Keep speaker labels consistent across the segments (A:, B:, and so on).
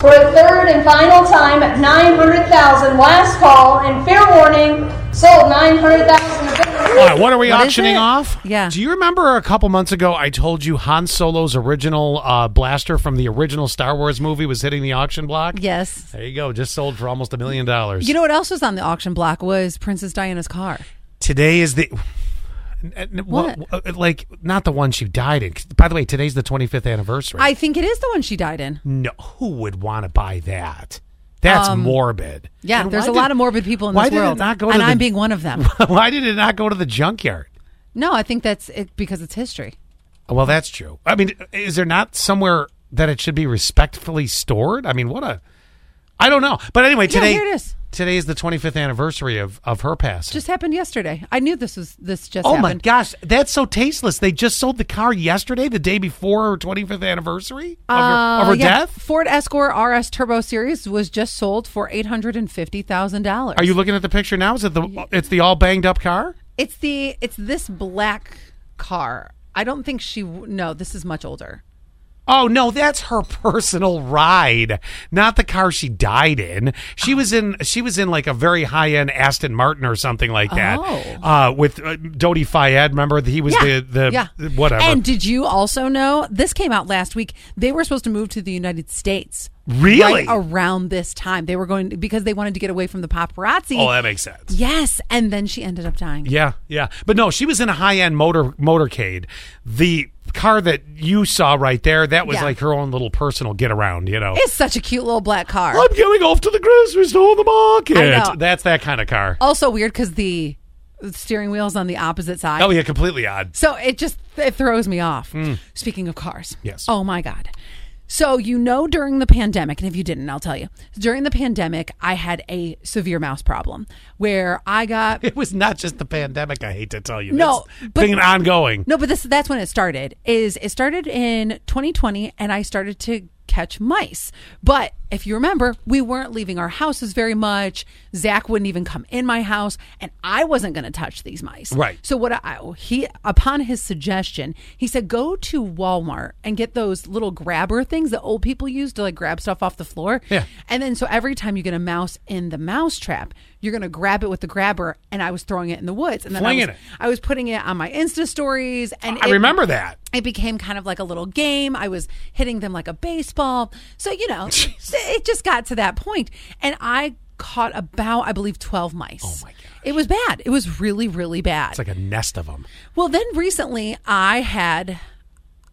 A: for a third and final time at 900,000. Last call, and fair warning, sold 900,000 of
B: All right, what are we
C: What is
B: auctioning
C: it?
B: off?
C: Yeah.
B: Do you remember a couple months ago I told you Han Solo's original uh, blaster from the original Star Wars movie was hitting the auction block?
C: Yes.
B: There you go. Just sold for almost a million dollars.
C: You know what else was on the auction block was Princess Diana's car.
B: today is the. N- n-
C: What?
B: well, uh, like, not the one she died in. By the way, today's the 25th anniversary.
C: I think it is the one she died in.
B: no, who would want to buy that? That's morbid.
C: Um, Yeah,
B: And
C: there's
B: why
C: a
B: did-
C: lot of morbid people in
B: why
C: this
B: did it
C: world,
B: not go
C: and
B: to the-
C: I'm being one of them.
B: why did it not go to the junkyard?
C: No, I think that's it because it's history.
B: Well, that's true. I mean, is there not somewhere that it should be respectfully stored? I mean, what a I don't know. But anyway, today
C: here it is.
B: Today is the 25th anniversary of of her passing.
C: Just happened yesterday. I knew this was this just.
B: oh my
C: happened.
B: gosh, that's so tasteless. They just sold the car yesterday, the day before her 25th anniversary of her, of her
C: Uh, yeah.
B: death.
C: Ford Escort RS Turbo Series was just sold for eight hundred and fifty thousand dollars.
B: Are you looking at the picture now? Is it the it's the all banged up car?
C: It's the it's this black car. I don't think she. w- No, this is much older.
B: Oh no, that's her personal ride, not the car she died in. She was in she was in like a very high end Aston Martin or something like that.
C: Oh.
B: Uh, with uh, Dodi Fayed, remember he was the the the- whatever.
C: And did you also know this came out last week? They were supposed to move to the United States.
B: Really?
C: Right around this time, they were going because they wanted to get away from the paparazzi.
B: oh, that makes sense.
C: yes, and then she ended up dying.
B: Yeah, yeah. But no, she was in a high end motor motorcade. The car that you saw right there, that was
C: Yeah.
B: like her own little personal get around, you know.
C: It's such a cute little black car.
B: I'm going off to the grocery store, the market.
C: I know. Oh.
B: That's that kind of car.
C: Also weird because the steering wheel's on the opposite side.
B: Oh yeah, completely odd.
C: So it just it throws me off. Speaking of cars.
B: Mm. Yes.
C: Oh my god. So you know during the pandemic and if you didn't I'll tell you. During the pandemic I had a severe mouse problem where I got
B: It was not just the pandemic. I hate to tell you.
C: No,
B: That's
C: but-
B: been ongoing.
C: No, but this that's when it started. Is it started in 2020 and I started to catch mice. But if you remember, we weren't leaving our houses very much. Zach wouldn't even come in my house and I wasn't going to touch these mice.
B: Right.
C: So what I he upon his suggestion, he said go to Walmart and get those little grabber things that old people use to like grab stuff off the floor.
B: Yeah.
C: And then so every time you get a mouse in the mouse trap, you're going to grab it with the grabber and I was throwing it in the woods and then I
B: Flinging it.
C: was, I was putting it on my Insta stories, and
B: I
C: it-
B: remember that.
C: It became kind of like a little game. I was hitting them like a baseball. So you know, it just got to that point, and I caught about I believe twelve mice. Oh
B: my gosh.
C: It was bad. It was really really bad.
B: It's like a nest of them.
C: Well, then recently I had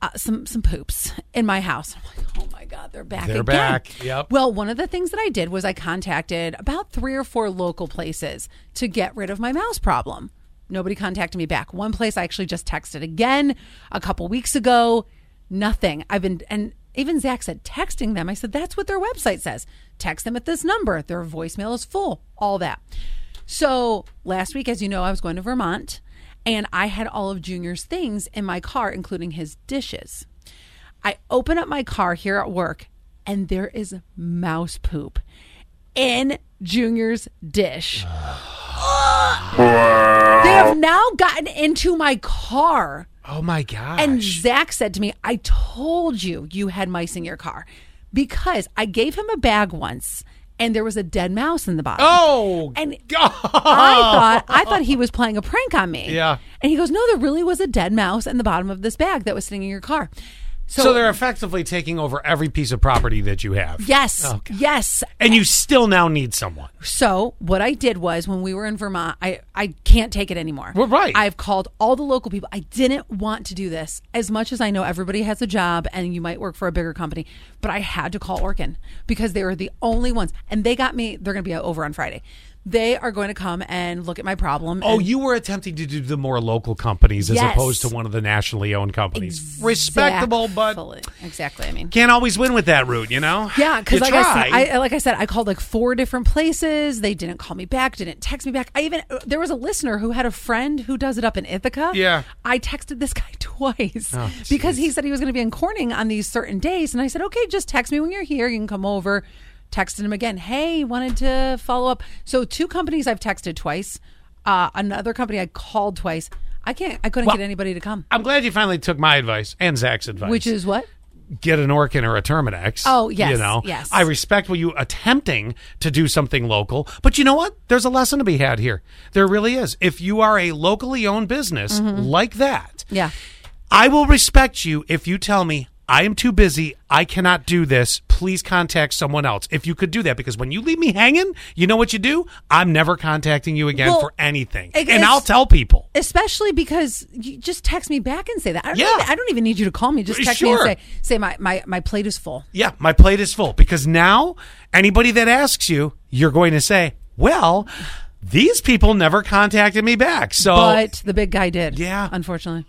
C: uh, some some poops in my house. I'm like, oh my god, they're back.
B: They're
C: again.
B: back. Yep.
C: Well, one of the things that I did was I contacted about three or four local places to get rid of my mouse problem. Nobody contacted me back. One place I actually just texted again a couple weeks ago. Nothing. I've been and even Zach said texting them. I said that's what their website says. Text them at this number. Their voicemail is full. All that. So last week, as you know, I was going to Vermont and I had all of Junior's things in my car, including his dishes. I open up my car here at work and there is mouse poop in Junior's dish. they have now gotten into my car.
B: Oh my gosh.
C: And Zach said to me, I told you you had mice in your car because I gave him a bag once and there was a dead mouse in the bottom.
B: oh
C: And
B: God.
C: I thought I thought he was playing a prank on me.
B: Yeah.
C: And he goes, No, there really was a dead mouse in the bottom of this bag that was sitting in your car. So,
B: So they're effectively taking over every piece of property that you have.
C: Yes.
B: Oh, God.
C: yes.
B: And you still now need someone.
C: So what I did was when we were in Vermont, I, I can't take it anymore.
B: Well, right.
C: I've called all the local people. I didn't want to do this as much as I know everybody has a job and you might work for a bigger company, but I had to call Orkin because they were the only ones and they got me. They're going to be over on Friday. They are going to come and look at my problem.
B: Oh,
C: and-
B: you were attempting to do the more local companies as
C: Yes.
B: opposed to one of the nationally owned companies. Respectable, but
C: Exactly. exactly. I mean,
B: can't always win with that route, you know?
C: Yeah,
B: You
C: because like
B: try.
C: I, said, I like I said, I called like four different places. They didn't call me back, didn't text me back. I even there was a listener who had a friend who does it up in Ithaca.
B: Yeah. Oh,
C: I texted this guy twice because he said he was going to be in Corning on these certain days, and I said, okay, just text me when you're here. You can come over. Texted him again. Hey, wanted to follow up. So two companies I've texted twice. Uh, another company I called twice. I can't. I couldn't
B: Well-
C: get anybody to come.
B: I'm glad you finally took my advice and Zach's advice.
C: Which is what?
B: get an Orkin or a Terminex.
C: Oh, yes,
B: You know,
C: yes.
B: I respect what you attempting to do something local, but you know what? There's a lesson to be had here. There really is. If you are a locally owned business like that,
C: Mm-hmm. Yeah.
B: I will respect you if you tell me I am too busy. I cannot do this. Please contact someone else. If you could do that, because when you leave me hanging, you know what you do? I'm never contacting you again
C: Well,
B: for anything.
C: it-
B: and
C: it's-
B: I'll tell people.
C: Especially because you just text me back and say that. I don't,
B: Yeah.
C: even, I don't even need you to call me. Just text
B: Sure.
C: me and say, say my, my, my plate is full.
B: Yeah, my plate is full. Because now, anybody that asks you, you're going to say, well, these people never contacted me back. So
C: But the big guy did.
B: Oh. Yeah.
C: Unfortunately.